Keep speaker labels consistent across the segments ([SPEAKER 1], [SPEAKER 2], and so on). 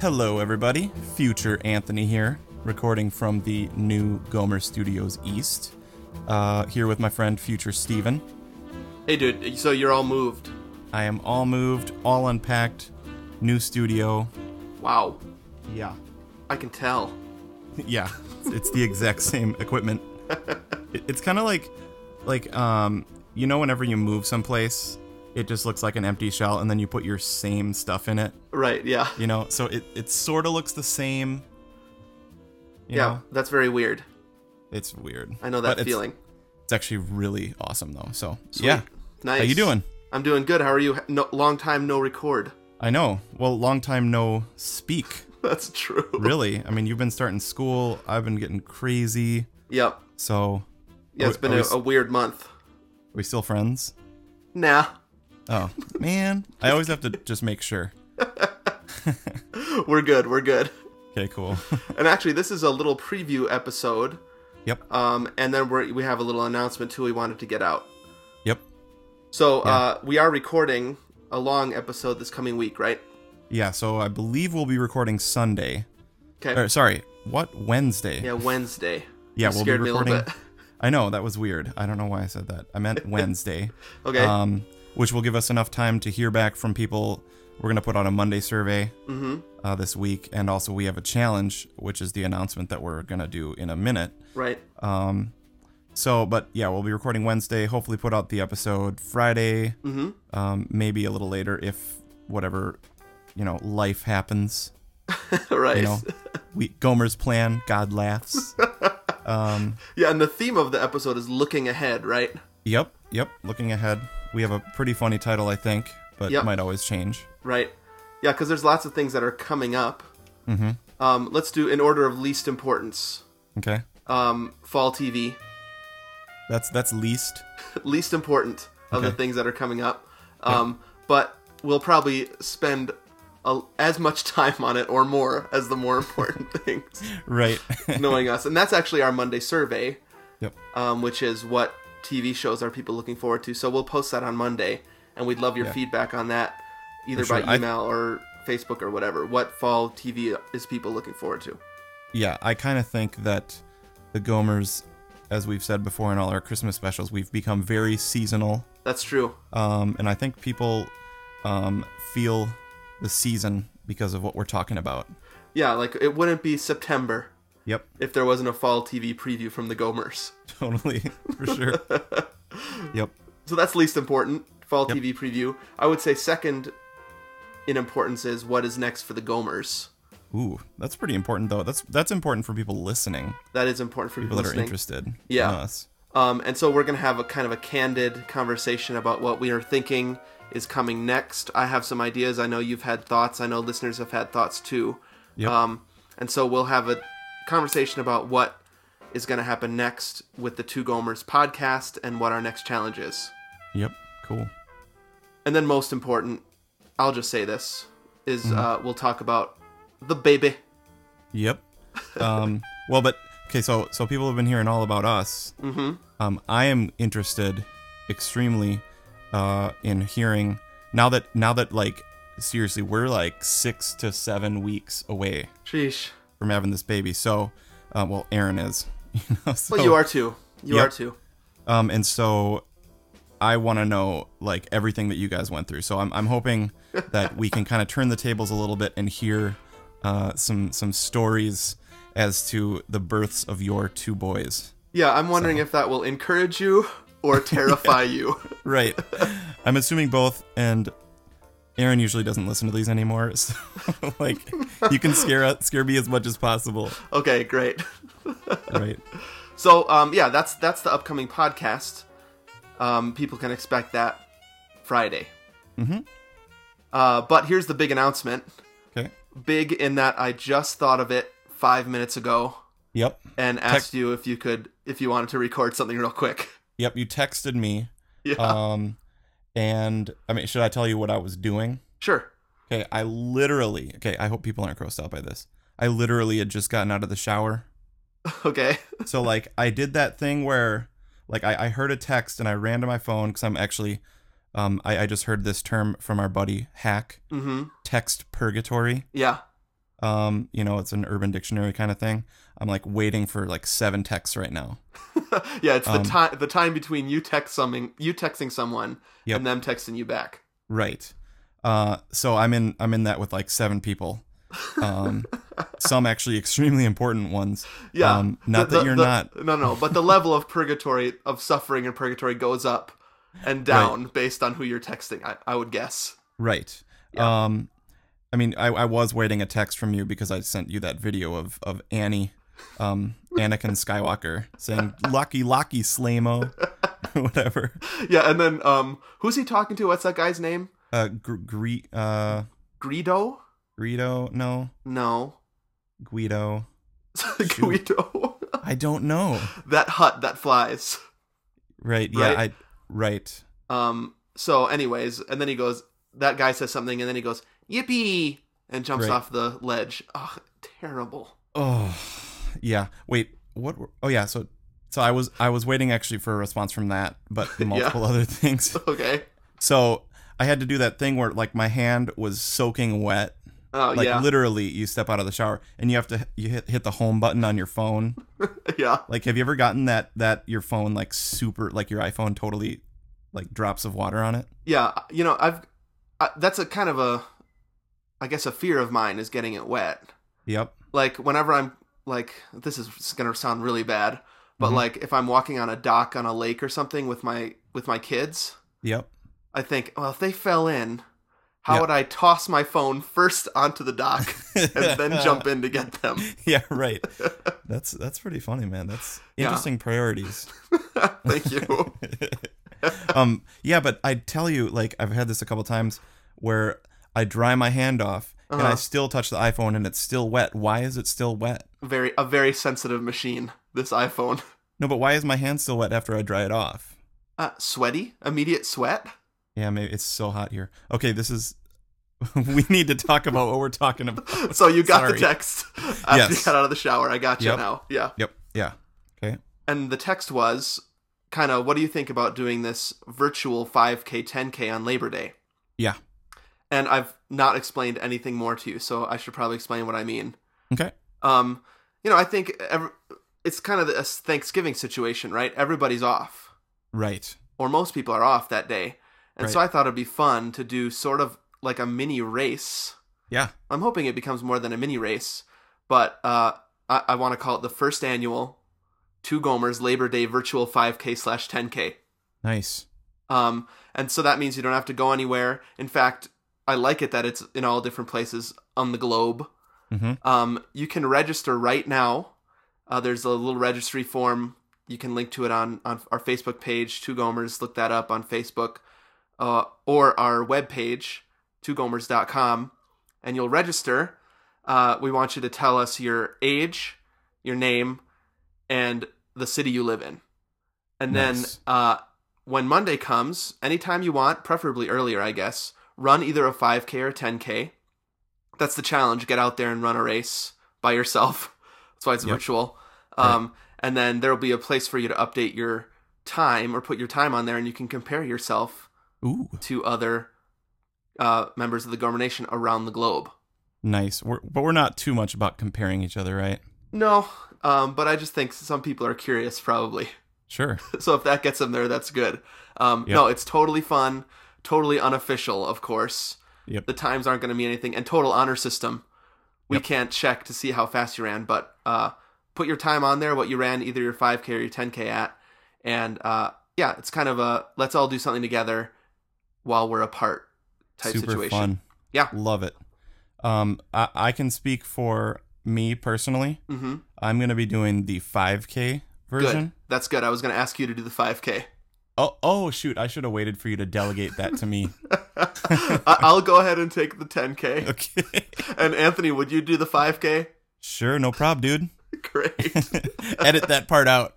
[SPEAKER 1] Hello, everybody. Future Anthony here, recording from the new Gomer Studios East. Uh, here with my friend Future Steven.
[SPEAKER 2] Hey, dude. So you're all moved.
[SPEAKER 1] I am all moved, all unpacked, new studio.
[SPEAKER 2] Wow.
[SPEAKER 3] Yeah.
[SPEAKER 2] I can tell.
[SPEAKER 1] yeah, it's- it's the exact same equipment. It- It's kind of like, like um, you know, whenever you move someplace, it just looks like an empty shell, and then you put your same stuff in it.
[SPEAKER 2] Right. Yeah.
[SPEAKER 1] You know, so it it sort of looks the same. you
[SPEAKER 2] yeah.
[SPEAKER 1] know?
[SPEAKER 2] That's very weird.
[SPEAKER 1] It's weird.
[SPEAKER 2] I know
[SPEAKER 1] But
[SPEAKER 2] that
[SPEAKER 1] it's-
[SPEAKER 2] feeling.
[SPEAKER 1] It's actually really awesome though. So yeah,
[SPEAKER 2] Nice.
[SPEAKER 1] how you doing?
[SPEAKER 2] I'm doing good. How are you? No, long time no record.
[SPEAKER 1] I know. Well, long time no speak.
[SPEAKER 2] That's true.
[SPEAKER 1] Really? I mean, you've been starting school. I've been getting crazy.
[SPEAKER 2] Yep.
[SPEAKER 1] So
[SPEAKER 2] Yeah.
[SPEAKER 1] Are
[SPEAKER 2] It's
[SPEAKER 1] we-
[SPEAKER 2] been
[SPEAKER 1] are
[SPEAKER 2] a,
[SPEAKER 1] we s-
[SPEAKER 2] a weird month.
[SPEAKER 1] we still friends?
[SPEAKER 2] Nah.
[SPEAKER 1] Oh man, I always have to just make sure.
[SPEAKER 2] We're good. We're good.
[SPEAKER 1] Okay, cool.
[SPEAKER 2] And actually, this is a little preview episode.
[SPEAKER 1] yep,
[SPEAKER 2] Um, and then we we have a little announcement too. We wanted to get out.
[SPEAKER 1] yep,
[SPEAKER 2] So uh, we are recording a long episode this coming week, right?
[SPEAKER 1] yeah. So I believe we'll be recording Sunday.
[SPEAKER 2] Okay.
[SPEAKER 1] Or sorry, what Wednesday?
[SPEAKER 2] Yeah. Wednesday.
[SPEAKER 1] yeah
[SPEAKER 2] You
[SPEAKER 1] we'll
[SPEAKER 2] scared
[SPEAKER 1] be
[SPEAKER 2] me a little
[SPEAKER 1] recording.
[SPEAKER 2] bit.
[SPEAKER 1] I know that was weird. I don't know why I said that. I meant Wednesday.
[SPEAKER 2] Okay.
[SPEAKER 1] um, which will give us enough time to hear back from people. We're gonna put out a Monday survey
[SPEAKER 2] Mm-hmm.
[SPEAKER 1] uh, this week, and also we have a challenge, which is the announcement that we're gonna do in a minute.
[SPEAKER 2] right.
[SPEAKER 1] So, but yeah, we'll be recording Wednesday. Hopefully, put out the episode Friday. Mm-hmm. Um, maybe a little later if whatever you know life happens. Uh,
[SPEAKER 2] right.
[SPEAKER 1] You know, we Gomer's plan. God laughs.
[SPEAKER 2] Yeah, and the theme of the episode is looking ahead, right?
[SPEAKER 1] yep, yep. Looking ahead, we have a pretty funny title, I think, but
[SPEAKER 2] Yep.
[SPEAKER 1] might always change.
[SPEAKER 2] Right. Yeah, because there's lots of things that are coming up. Mm-hmm. Um, let's do in order of least importance.
[SPEAKER 1] Okay,
[SPEAKER 2] Um, fall TV,
[SPEAKER 1] that's that's least.
[SPEAKER 2] least important of the
[SPEAKER 1] Okay.
[SPEAKER 2] things that are coming up. Um, But we'll probably spend a, as much time on it or more as the more important things,
[SPEAKER 1] Right.
[SPEAKER 2] knowing us. And that's actually our Monday survey,
[SPEAKER 1] Yep.
[SPEAKER 2] um, which is what TV shows are people looking forward to. So we'll post that on Monday, and we'd love your feedback on that, either
[SPEAKER 1] For sure.
[SPEAKER 2] by
[SPEAKER 1] I-
[SPEAKER 2] email or Facebook or whatever. What fall TV is people looking forward to?
[SPEAKER 1] Yeah, I kind of think that the Gomers, as we've said before in all our Christmas specials, we've become very seasonal.
[SPEAKER 2] That's true.
[SPEAKER 1] Um, and I think people um, feel the season because of what we're talking about.
[SPEAKER 2] Yeah, like it wouldn't be September
[SPEAKER 1] Yep.
[SPEAKER 2] if there wasn't a fall TV preview from the Gomers.
[SPEAKER 1] Totally. For sure. yep.
[SPEAKER 2] So that's least important. Fall TV preview. I would say second in importance is what is next for the Gomers.
[SPEAKER 1] Ooh, that's pretty important though. That's that's important for people listening,
[SPEAKER 2] That is important for
[SPEAKER 1] people
[SPEAKER 2] people,
[SPEAKER 1] that are
[SPEAKER 2] listening.
[SPEAKER 1] interested.
[SPEAKER 2] Yeah.
[SPEAKER 1] In us.
[SPEAKER 2] Um, and so we're going to have a kind of a candid conversation about what we are thinking is coming next. I have some ideas. I know you've had thoughts. I know listeners have had thoughts too.
[SPEAKER 1] Yep.
[SPEAKER 2] Um, and so we'll have a conversation about what is going to happen next with the Two Gomers podcast and what our next challenge is.
[SPEAKER 1] Yep. Cool.
[SPEAKER 2] And then, most important, I'll just say this is uh, we'll talk about the baby.
[SPEAKER 1] Yep. Um, well, but okay, so so people have been hearing all about us. Mm-hmm. Um, I am interested, extremely, uh, in hearing now that now that like seriously we're like six to seven weeks away
[SPEAKER 2] Sheesh.
[SPEAKER 1] from having this baby. So, uh, well, Aaron is. You know, so,
[SPEAKER 2] Well, you are too. You
[SPEAKER 1] Oh. Yep.
[SPEAKER 2] are too.
[SPEAKER 1] Um, and so I want to know like everything that you guys went through. So I'm, I'm hoping that we can kind of turn the tables a little bit and hear uh, some some stories as to the births of your two boys.
[SPEAKER 2] Yeah, I'm wondering if that will encourage you or terrify you.
[SPEAKER 1] Right. I'm assuming both. And Aaron usually doesn't listen to these anymore. So like you can scare us- scare me as much as possible.
[SPEAKER 2] Okay, great.
[SPEAKER 1] Right.
[SPEAKER 2] So um, yeah, that's that's the upcoming podcast. Um, people can expect that Friday. Mm-hmm. Uh, but here's the big announcement.
[SPEAKER 1] Okay.
[SPEAKER 2] Big in that I just thought of it five minutes ago
[SPEAKER 1] Yep.
[SPEAKER 2] and asked you if you could if you wanted to record something real quick.
[SPEAKER 1] Yep. You texted me.
[SPEAKER 2] Yeah,
[SPEAKER 1] Um, and I mean, should I tell you what I was doing?
[SPEAKER 2] sure.
[SPEAKER 1] Okay, I literally. Okay, I hope people aren't grossed out by this. I literally had just gotten out of the shower,
[SPEAKER 2] Okay.
[SPEAKER 1] so like I did that thing where, like, I, I heard a text and I ran to my phone because I'm actually, um, I, I just heard this term from our buddy Hack,
[SPEAKER 2] Mm-hmm.
[SPEAKER 1] text purgatory,
[SPEAKER 2] Yeah.
[SPEAKER 1] um, you know, it's an urban dictionary kind of thing. I'm like waiting for like seven texts right now.
[SPEAKER 2] yeah, it's
[SPEAKER 1] Um.
[SPEAKER 2] the time the time between you text something, you texting someone,
[SPEAKER 1] Yep.
[SPEAKER 2] and them texting you back.
[SPEAKER 1] Right. Uh, so I'm in I'm in that with like seven people. Um, some actually extremely important ones.
[SPEAKER 2] Yeah,
[SPEAKER 1] Um, not
[SPEAKER 2] The-
[SPEAKER 1] that
[SPEAKER 2] the-
[SPEAKER 1] you're
[SPEAKER 2] the-
[SPEAKER 1] not.
[SPEAKER 2] No, no, but the level of purgatory of suffering in purgatory goes up and down based on who you're texting. I, I would guess.
[SPEAKER 1] Right. Um, I mean, I, I was waiting a text from you because I sent you that video of of Annie, um, Anakin Skywalker saying "Lucky, lucky, Slamo," whatever.
[SPEAKER 2] Yeah, and then um, who's he talking to? What's that guy's name?
[SPEAKER 1] Uh, gr- gre- uh,
[SPEAKER 2] Greedo?
[SPEAKER 1] Greedo? No,
[SPEAKER 2] No,
[SPEAKER 1] Guido.
[SPEAKER 2] Guido.
[SPEAKER 1] I don't know.
[SPEAKER 2] that hut that flies.
[SPEAKER 1] Right? Yeah.
[SPEAKER 2] Right.
[SPEAKER 1] I. Right.
[SPEAKER 2] Um. So, anyways, and then he goes. That guy says something, and then he goes, "Yippee!" and jumps
[SPEAKER 1] Right.
[SPEAKER 2] off the ledge. Ugh, terrible.
[SPEAKER 1] Oh, yeah. Wait. What? were- Oh, yeah. So, so I was I was waiting actually for a response from that, but multiple other things.
[SPEAKER 2] Okay.
[SPEAKER 1] So I had to do that thing where like my hand was soaking wet.
[SPEAKER 2] Oh
[SPEAKER 1] like
[SPEAKER 2] yeah,
[SPEAKER 1] literally you step out of the shower and you have to you hit, hit the home button on your phone
[SPEAKER 2] yeah.
[SPEAKER 1] like have you ever gotten that that your phone like super like your iphone totally like drops of water on it
[SPEAKER 2] yeah uh, you know i've I, that's a kind of a i guess a fear of mine is getting it wet
[SPEAKER 1] yep
[SPEAKER 2] like whenever i'm like this is gonna sound really bad but
[SPEAKER 1] Mhm.
[SPEAKER 2] like if i'm walking on a dock on a lake or something with my with my kids
[SPEAKER 1] yep
[SPEAKER 2] i think well if they fell in how
[SPEAKER 1] Yeah.
[SPEAKER 2] would i toss my phone first onto the dock and then jump in to get them
[SPEAKER 1] yeah right that's that's pretty funny man that's
[SPEAKER 2] Yeah.
[SPEAKER 1] interesting priorities
[SPEAKER 2] thank you
[SPEAKER 1] um yeah but i tell you like i've had this a couple times where i dry my hand off and i
[SPEAKER 2] Uh-huh.
[SPEAKER 1] still touch the iphone and it's still wet why is it still wet
[SPEAKER 2] very a very sensitive machine this iphone
[SPEAKER 1] no but why is my hand still wet after i dry it off
[SPEAKER 2] uh, sweaty immediate sweat
[SPEAKER 1] Yeah, maybe it's so hot here. Okay, this is. we need to talk about what we're talking about.
[SPEAKER 2] so you got
[SPEAKER 1] Sorry.
[SPEAKER 2] the text after
[SPEAKER 1] Yes.
[SPEAKER 2] you got out of the shower. I got you
[SPEAKER 1] Yep.
[SPEAKER 2] now. Yeah.
[SPEAKER 1] Yep. Yeah. Okay.
[SPEAKER 2] And the text was kind of, what do you think about doing this virtual 5K, 10K on Labor Day?
[SPEAKER 1] Yeah.
[SPEAKER 2] And I've not explained anything more to you, so I should probably explain what I mean.
[SPEAKER 1] Okay.
[SPEAKER 2] Um, you know, I think every, it's kind of a Thanksgiving situation, right? Everybody's off,
[SPEAKER 1] Right.
[SPEAKER 2] or most people are off that day. And so I thought it'd be fun to do sort of like a mini race
[SPEAKER 1] Yeah.
[SPEAKER 2] I'm hoping it becomes more than a mini race, but uh, I, I want to call it the first annual Two Gomers Labor Day Virtual 5K slash 10K.
[SPEAKER 1] Nice.
[SPEAKER 2] Um, and so that means you don't have to go anywhere. In fact, I like it that it's in all different places on the globe.
[SPEAKER 1] Mm-hmm.
[SPEAKER 2] Um, you can register right now. Uh, there's a little registry form. You can link to it on, on our Facebook page, Two Gomers. Look that up on Facebook uh, or our webpage, twogomers.com, and you'll register. Uh, we want you to tell us your age, your name, and the city you live in. And
[SPEAKER 1] Nice.
[SPEAKER 2] then uh, when Monday comes, anytime you want, preferably earlier, I guess, run either a 5K or 10K. That's the challenge. Get out there and run a race by yourself. That's why it's
[SPEAKER 1] Yep.
[SPEAKER 2] virtual. Um, And then there will be a place for you to update your time or put your time on there, and you can compare yourself
[SPEAKER 1] Ooh.
[SPEAKER 2] to other uh, members of the Gomer Nation around the globe.
[SPEAKER 1] Nice. We're, but we're not too much about comparing each other, right?
[SPEAKER 2] No, um, but I just think some people are curious, probably.
[SPEAKER 1] Sure.
[SPEAKER 2] so if that gets them there, that's good. Um,
[SPEAKER 1] Yep.
[SPEAKER 2] No, it's totally fun, totally unofficial, of course.
[SPEAKER 1] Yep.
[SPEAKER 2] The times aren't going to mean anything, and total honor system. We
[SPEAKER 1] Yep.
[SPEAKER 2] can't check to see how fast you ran, but uh, put your time on there, what you ran, either your 5K or your 10K at, and uh, yeah, it's kind of a let's all do something together while we're apart type
[SPEAKER 1] Super
[SPEAKER 2] situation.
[SPEAKER 1] fun.
[SPEAKER 2] Yeah.
[SPEAKER 1] Love it. Um, I, I can speak for me personally.
[SPEAKER 2] Mm-hmm.
[SPEAKER 1] I'm gonna be doing the 5K version.
[SPEAKER 2] Good. That's good. I was going to ask you to do the 5K.
[SPEAKER 1] Oh, oh shoot! I should have waited for you to delegate that to me.
[SPEAKER 2] I- I'll go ahead and take the 10K.
[SPEAKER 1] okay.
[SPEAKER 2] And Anthony, would you do the 5K?
[SPEAKER 1] Sure. No prob, dude.
[SPEAKER 2] Great.
[SPEAKER 1] Edit that part out.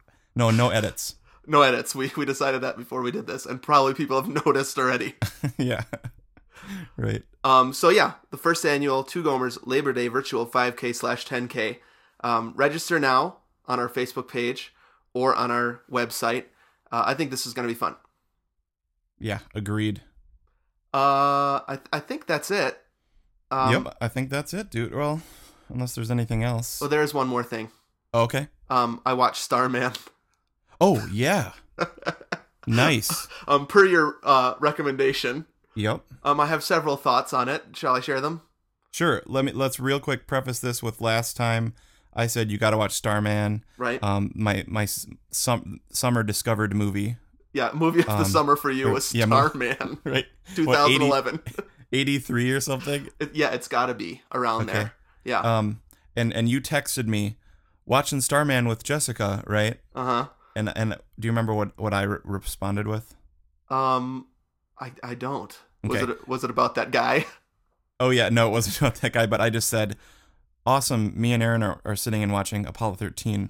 [SPEAKER 1] no, no edits.
[SPEAKER 2] No edits. We we decided that before we did this, and probably people have noticed already.
[SPEAKER 1] yeah. Right.
[SPEAKER 2] Um, so yeah, the first annual Two Gomers Labor Day Virtual 5K slash 10K. Um, register now on our Facebook page or on our website. Uh, I think this is going to be fun.
[SPEAKER 1] Yeah. Agreed.
[SPEAKER 2] Uh, I I think that's it. Um,
[SPEAKER 1] yep, I think that's it, dude. Well, unless there's anything else.
[SPEAKER 2] Well, oh, there is one more thing.
[SPEAKER 1] okay.
[SPEAKER 2] Um, I watched Starman.
[SPEAKER 1] Oh yeah. nice.
[SPEAKER 2] Um, per your uh, recommendation,
[SPEAKER 1] Yep.
[SPEAKER 2] um, I have several thoughts on it. Shall I share them?
[SPEAKER 1] Sure. Let me let's real quick preface this with last time I said you got to watch Starman.
[SPEAKER 2] Right.
[SPEAKER 1] Um, my my s- sum, summer discovered movie.
[SPEAKER 2] yeah. Movie of the
[SPEAKER 1] um,
[SPEAKER 2] summer for you
[SPEAKER 1] or-
[SPEAKER 2] was
[SPEAKER 1] yeah, mo-
[SPEAKER 2] Starman,
[SPEAKER 1] Right.
[SPEAKER 2] 2011.
[SPEAKER 1] 83 or something.
[SPEAKER 2] It- yeah, it's got to be around
[SPEAKER 1] Okay.
[SPEAKER 2] there. Yeah.
[SPEAKER 1] Um, and and you texted me watching Starman with Jessica, right?
[SPEAKER 2] Uh
[SPEAKER 1] And and do you remember what what I re- responded with?
[SPEAKER 2] huh. Um, I I don't. Was
[SPEAKER 1] Okay.
[SPEAKER 2] it was it about that guy?
[SPEAKER 1] Oh yeah, no, it wasn't about that guy, but I just said, "Awesome, me and Aaron are, are sitting and watching Apollo 13."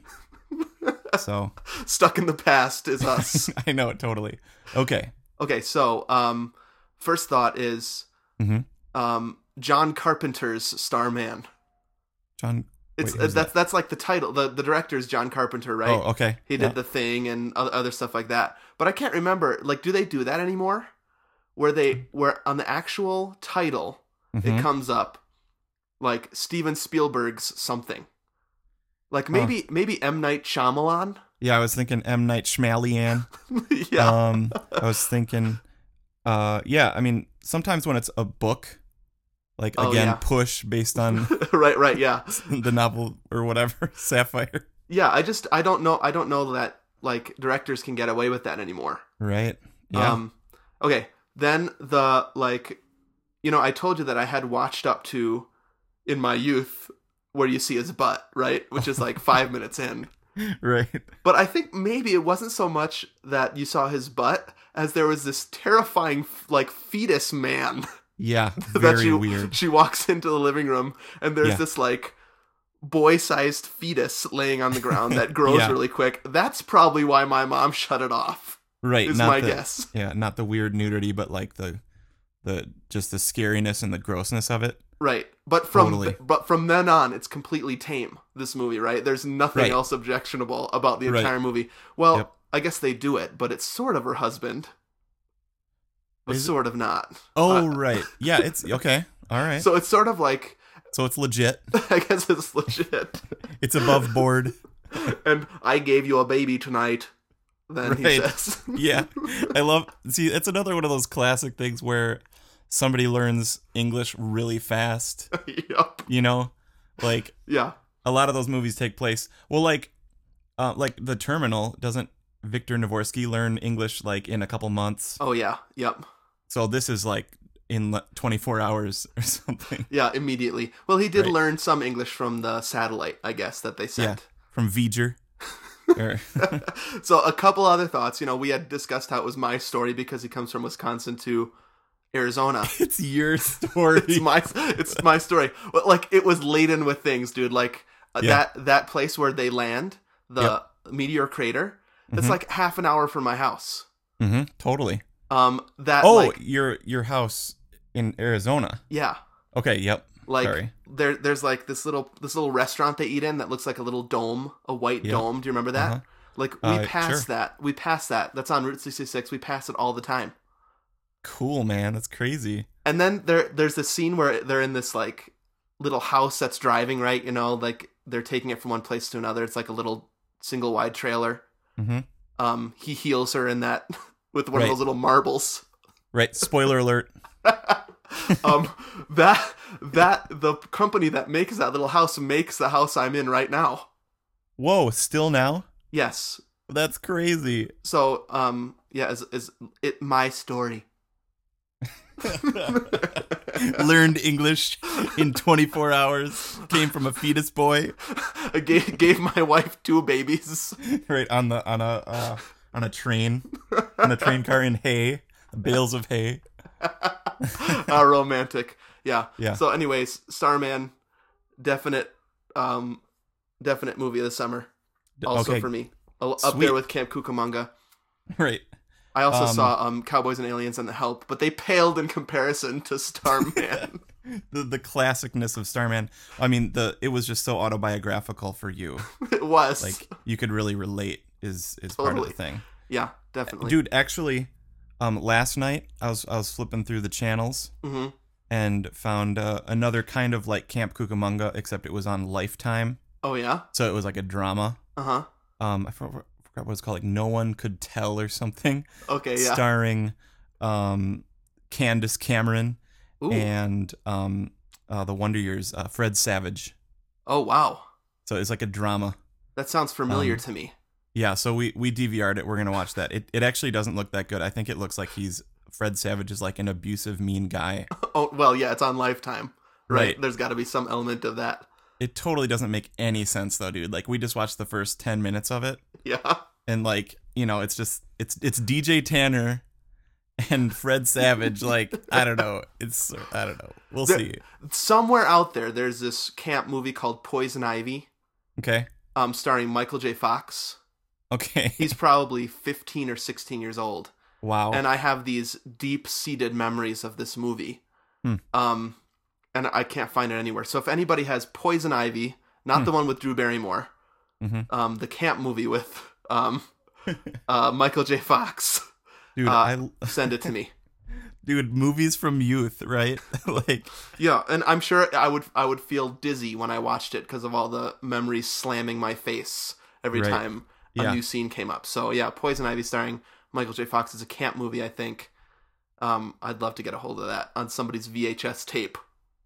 [SPEAKER 1] so
[SPEAKER 2] Stuck in the past is us.
[SPEAKER 1] I know it totally. Okay,
[SPEAKER 2] Okay, so um, first thought is
[SPEAKER 1] Mhm.
[SPEAKER 2] um, John Carpenter's Starman.
[SPEAKER 1] John.
[SPEAKER 2] It's
[SPEAKER 1] Wait, who's
[SPEAKER 2] that's that's like the title. the The director is John Carpenter, right?
[SPEAKER 1] Oh, okay.
[SPEAKER 2] He did The Thing and o- other stuff like that. But I can't remember. Like, do they do that anymore? Where they where on the actual title
[SPEAKER 1] the.
[SPEAKER 2] it comes up like Steven Spielberg's something. Like maybe maybe M Night Shyamalan.
[SPEAKER 1] Yeah, I was thinking M Night Shyamalan.
[SPEAKER 2] yeah,
[SPEAKER 1] Um, I was thinking, uh, yeah. I mean, sometimes when it's a book, like
[SPEAKER 2] Oh,
[SPEAKER 1] again,
[SPEAKER 2] yeah.
[SPEAKER 1] push based on
[SPEAKER 2] right, right, yeah.
[SPEAKER 1] the novel or whatever, Sapphire.
[SPEAKER 2] yeah i just i don't know i don't know that like directors can get away with that anymore
[SPEAKER 1] Right. Yeah.
[SPEAKER 2] um okay then the like you know i told you that i had watched up to in my youth where you see his butt right which is like five minutes in
[SPEAKER 1] right.
[SPEAKER 2] but i think maybe it wasn't so much that you saw his butt as there was this terrifying like fetus man
[SPEAKER 1] Yeah.
[SPEAKER 2] that
[SPEAKER 1] Very
[SPEAKER 2] she,
[SPEAKER 1] weird.
[SPEAKER 2] she walks into the living room and there's
[SPEAKER 1] Yeah.
[SPEAKER 2] this like boy-sized fetus laying on the ground that grows
[SPEAKER 1] Yeah.
[SPEAKER 2] really quick that's probably why my mom shut it off
[SPEAKER 1] Right.
[SPEAKER 2] is
[SPEAKER 1] not
[SPEAKER 2] my
[SPEAKER 1] the,
[SPEAKER 2] guess
[SPEAKER 1] Yeah, not the weird nudity, but like the the just the scariness and the grossness of it.
[SPEAKER 2] right but from
[SPEAKER 1] Totally.
[SPEAKER 2] but from then on it's completely tame this movie right there's nothing
[SPEAKER 1] Right.
[SPEAKER 2] else objectionable about the
[SPEAKER 1] Right.
[SPEAKER 2] entire movie well
[SPEAKER 1] Yep.
[SPEAKER 2] i guess they do it but it's sort of her husband but
[SPEAKER 1] Is it-
[SPEAKER 2] sort of not
[SPEAKER 1] Oh
[SPEAKER 2] Uh,
[SPEAKER 1] right. Yeah, it's okay. All right. So,
[SPEAKER 2] so it's sort of like
[SPEAKER 1] it's legit.
[SPEAKER 2] i guess it's legit
[SPEAKER 1] It's above board.
[SPEAKER 2] and I gave you a baby tonight. Then he
[SPEAKER 1] Right.
[SPEAKER 2] says,
[SPEAKER 1] Yeah. I love see, it's another one of those classic things where somebody learns English really fast,
[SPEAKER 2] "Yep,
[SPEAKER 1] you know? Like
[SPEAKER 2] yeah,
[SPEAKER 1] a lot of those movies take place. Well, like uh like The Terminal doesn't Victor Navorsky learn English like in a couple months.
[SPEAKER 2] oh yeah, yep,
[SPEAKER 1] So this is like in le- 24 hours or something
[SPEAKER 2] yeah." Immediately. Well, he did
[SPEAKER 1] Right.
[SPEAKER 2] learn some English from the satellite, I guess, that they sent.
[SPEAKER 1] from V'ger. Or-
[SPEAKER 2] So a couple other thoughts. You know, we had discussed how it was my story because he comes from Wisconsin to Arizona.
[SPEAKER 1] it's your story.
[SPEAKER 2] it's my it's my story. But like it was laden with things, dude. Like uh,
[SPEAKER 1] Yeah.
[SPEAKER 2] that that place where they land, the meteor crater. It's
[SPEAKER 1] Mhm.
[SPEAKER 2] like half an hour from my house.
[SPEAKER 1] hmm totally.
[SPEAKER 2] Um, that
[SPEAKER 1] Oh,
[SPEAKER 2] like,
[SPEAKER 1] your your house in Arizona.
[SPEAKER 2] yeah.
[SPEAKER 1] Okay, yep.
[SPEAKER 2] like
[SPEAKER 1] Sorry.
[SPEAKER 2] there there's like this little this little restaurant they eat in that looks like a little dome a white
[SPEAKER 1] Yeah.
[SPEAKER 2] dome do you remember that
[SPEAKER 1] Uh-huh.
[SPEAKER 2] like we
[SPEAKER 1] Uh,
[SPEAKER 2] pass
[SPEAKER 1] sure.
[SPEAKER 2] that we pass that that's on route 66 we pass it all the time
[SPEAKER 1] Cool, man. That's crazy.
[SPEAKER 2] and then there there's this scene where they're in this like little house that's driving right you know like they're taking it from one place to another it's like a little single wide trailer
[SPEAKER 1] hmm
[SPEAKER 2] um he heals her in that with one
[SPEAKER 1] Right.
[SPEAKER 2] of those little marbles
[SPEAKER 1] Right. Spoiler alert.
[SPEAKER 2] um that that the company that makes that little house makes the house i'm in right now
[SPEAKER 1] Whoa. Still now.
[SPEAKER 2] yes
[SPEAKER 1] That's crazy.
[SPEAKER 2] So, um, yeah, is is it my story?
[SPEAKER 1] Learned English in 24 hours. Came from a fetus boy.
[SPEAKER 2] I gave, gave my wife two babies.
[SPEAKER 1] Right on the on a uh, on a train on a train car in hay, bales of hay.
[SPEAKER 2] How Uh, romantic. Yeah.
[SPEAKER 1] Yeah.
[SPEAKER 2] So, anyways, Starman, definite, um, definite movie of the summer. Also
[SPEAKER 1] okay.
[SPEAKER 2] for me, A- up
[SPEAKER 1] Sweet.
[SPEAKER 2] there with Camp Cucamonga.
[SPEAKER 1] Right.
[SPEAKER 2] I also
[SPEAKER 1] Um,
[SPEAKER 2] saw um, Cowboys and Aliens and The Help, but they paled in comparison to Starman.
[SPEAKER 1] the, the classicness of Starman. I mean, the it was just so autobiographical for you.
[SPEAKER 2] it was.
[SPEAKER 1] Like you could really relate is is part of
[SPEAKER 2] Totally.
[SPEAKER 1] the thing.
[SPEAKER 2] yeah, definitely.
[SPEAKER 1] Dude, actually, um last night I was I was flipping through the channels
[SPEAKER 2] Mhm.
[SPEAKER 1] and found uh, another kind of like Camp Cucamonga, except it was on Lifetime,
[SPEAKER 2] Oh yeah.
[SPEAKER 1] so it was like a drama.
[SPEAKER 2] Uh huh.
[SPEAKER 1] Um, I for- forgot what it's called, like No One Could Tell or something,
[SPEAKER 2] Okay. Yeah.
[SPEAKER 1] starring um, Candace Cameron
[SPEAKER 2] Ooh.
[SPEAKER 1] and um, uh, the Wonder Years, uh, Fred Savage.
[SPEAKER 2] oh wow.
[SPEAKER 1] So it's like a drama.
[SPEAKER 2] That sounds familiar
[SPEAKER 1] Um,
[SPEAKER 2] to me.
[SPEAKER 1] Yeah, so we we DVR'd it. We're gonna watch that. It it actually doesn't look that good. I think it looks like he's Fred Savage is like an abusive, mean guy.
[SPEAKER 2] Oh well, yeah. It's on Lifetime, right?
[SPEAKER 1] Right.
[SPEAKER 2] There's got to be some element of that.
[SPEAKER 1] It totally doesn't make any sense though, dude. Like we just watched the first ten minutes of it,
[SPEAKER 2] Yeah.
[SPEAKER 1] and like you know, it's just it's it's DJ Tanner and Fred Savage. like I don't know. It's I don't know. We'll
[SPEAKER 2] The-
[SPEAKER 1] see.
[SPEAKER 2] Somewhere out there, there's this camp movie called Poison Ivy,
[SPEAKER 1] Okay.
[SPEAKER 2] um, starring Michael J. Fox.
[SPEAKER 1] Okay.
[SPEAKER 2] He's probably 15 or 16 years old.
[SPEAKER 1] Wow.
[SPEAKER 2] and I have these deep seated memories of this movie.
[SPEAKER 1] Hmm.
[SPEAKER 2] Um, and I can't find it anywhere. So if anybody has Poison Ivy, not
[SPEAKER 1] Hmm.
[SPEAKER 2] the one with Drew Barrymore,
[SPEAKER 1] Mhm.
[SPEAKER 2] um, the camp movie with um, uh, Michael J. Fox,
[SPEAKER 1] dude,
[SPEAKER 2] uh,
[SPEAKER 1] I
[SPEAKER 2] send it to me.
[SPEAKER 1] dude, movies from youth, right? like
[SPEAKER 2] yeah, and I'm sure I would I would feel dizzy when I watched it because of all the memories slamming my face every
[SPEAKER 1] Right.
[SPEAKER 2] time
[SPEAKER 1] Yeah.
[SPEAKER 2] a new scene came up. So yeah, Poison Ivy starring Michael J. Fox is a camp movie. I think um, I'd love to get a hold of that on somebody's VHS tape.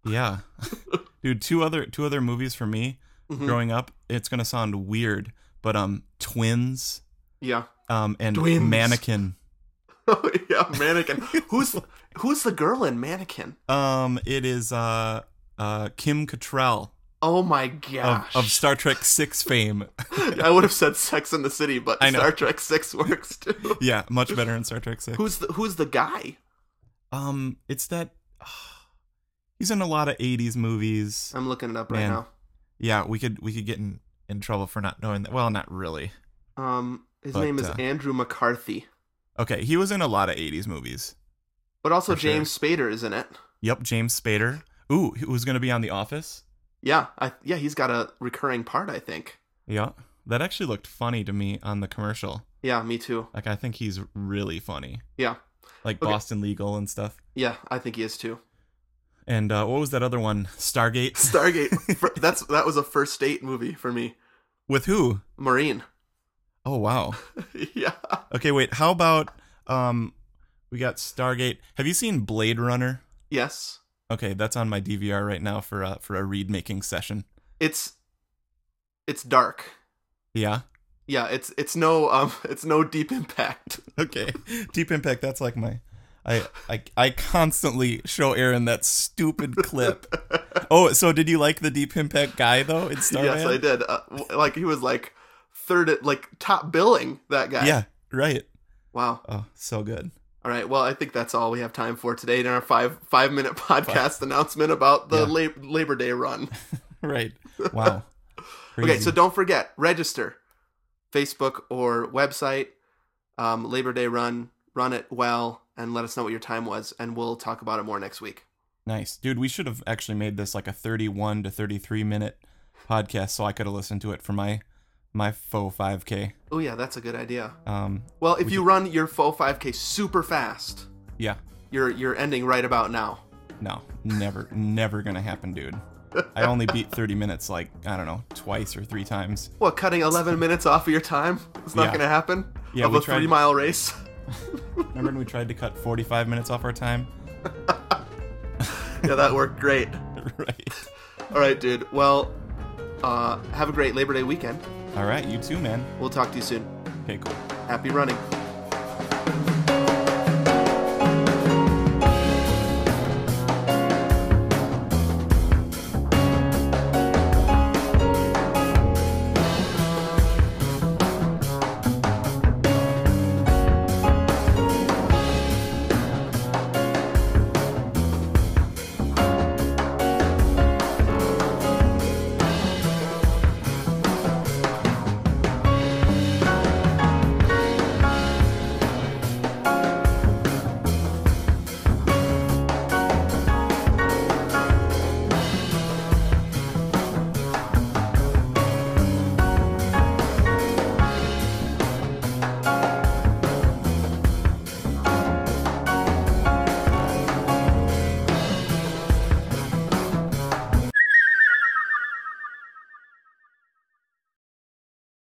[SPEAKER 1] Yeah. Dude, two other two other movies for me
[SPEAKER 2] Mhm.
[SPEAKER 1] growing up. It's gonna sound weird, but um twins
[SPEAKER 2] Yeah.
[SPEAKER 1] um and
[SPEAKER 2] Twins.
[SPEAKER 1] mannequin.
[SPEAKER 2] Oh yeah, mannequin. who's who's the girl in mannequin?
[SPEAKER 1] Um it is uh uh Kim Cattrall
[SPEAKER 2] Oh my
[SPEAKER 1] of,
[SPEAKER 2] gosh!
[SPEAKER 1] of Star Trek Six fame.
[SPEAKER 2] I would have said Sex in the City, but
[SPEAKER 1] I know.
[SPEAKER 2] Star Trek Six works too.
[SPEAKER 1] yeah, much better in Star Trek Six.
[SPEAKER 2] who's the Who's the guy?
[SPEAKER 1] Um it's that he's in a lot of eighties movies.
[SPEAKER 2] I'm looking it up right
[SPEAKER 1] Man.
[SPEAKER 2] now.
[SPEAKER 1] Yeah, we could we could get in, in trouble for not knowing that well not really.
[SPEAKER 2] Um, his
[SPEAKER 1] But,
[SPEAKER 2] name is
[SPEAKER 1] uh,
[SPEAKER 2] Andrew McCarthy,
[SPEAKER 1] Okay, he was in a lot of eighties movies.
[SPEAKER 2] but also
[SPEAKER 1] for sure.
[SPEAKER 2] James Spader is in it.
[SPEAKER 1] Yep, James Spader. Ooh, who's gonna be on The Office?
[SPEAKER 2] Yeah, I, yeah, he's got a recurring part. I think.
[SPEAKER 1] Yeah. That actually looked funny to me on the commercial.
[SPEAKER 2] Yeah, me too.
[SPEAKER 1] Like I think he's really funny.
[SPEAKER 2] Yeah,
[SPEAKER 1] Like
[SPEAKER 2] Okay.
[SPEAKER 1] Boston Legal and stuff.
[SPEAKER 2] yeah, I think he is too.
[SPEAKER 1] And uh, what was that other one? Stargate.
[SPEAKER 2] Stargate. Fir- that's that was a first date movie for me.
[SPEAKER 1] With who?
[SPEAKER 2] Marine.
[SPEAKER 1] Oh wow.
[SPEAKER 2] yeah.
[SPEAKER 1] Okay, wait. How about um we got Stargate. Have you seen Blade Runner?
[SPEAKER 2] Yes.
[SPEAKER 1] Okay, that's on my DVR right now for uh, for a read making session.
[SPEAKER 2] It's it's dark.
[SPEAKER 1] Yeah.
[SPEAKER 2] Yeah, it's it's no um it's no deep impact.
[SPEAKER 1] Okay. Deep Impact, that's like my I, I I constantly show Aaron that stupid clip. Oh, so did you like the Deep Impact guy though? It's Starman?
[SPEAKER 2] yes, I did. Uh, w- like he was like third at like top billing that guy.
[SPEAKER 1] Yeah, right.
[SPEAKER 2] Wow.
[SPEAKER 1] Oh, so good.
[SPEAKER 2] All right. Well, I think that's all we have time for today in our 5 5 minute podcast announcement about the lab- Labor Day run.
[SPEAKER 1] Right. Wow.
[SPEAKER 2] Okay, so don't forget register Facebook or website um, Labor Day run, run it well and let us know what your time was and we'll talk about it more next week.
[SPEAKER 1] nice, dude. We should have actually made this like a 31 to 33 minute podcast, so I could have listened to it for my my faux 5k.
[SPEAKER 2] Oh yeah, that's a good idea.
[SPEAKER 1] Um,
[SPEAKER 2] Well, if you run your faux 5k super fast,
[SPEAKER 1] yeah,
[SPEAKER 2] you're you're ending right about now.
[SPEAKER 1] no, never, never gonna happen, dude. I only beat 30 minutes like I don't know twice or three times.
[SPEAKER 2] What, cutting 11 minutes off of your time? It's not
[SPEAKER 1] Yeah.
[SPEAKER 2] going to happen?
[SPEAKER 1] Yeah,
[SPEAKER 2] of
[SPEAKER 1] we
[SPEAKER 2] a
[SPEAKER 1] tried-
[SPEAKER 2] three mile race?
[SPEAKER 1] Remember when we tried to cut 45 minutes off our time?
[SPEAKER 2] yeah, that worked great.
[SPEAKER 1] right.
[SPEAKER 2] All right, dude. Well, uh, have a great Labor Day weekend.
[SPEAKER 1] All right, you too, man.
[SPEAKER 2] We'll talk to you soon.
[SPEAKER 1] Okay, cool.
[SPEAKER 2] Happy running.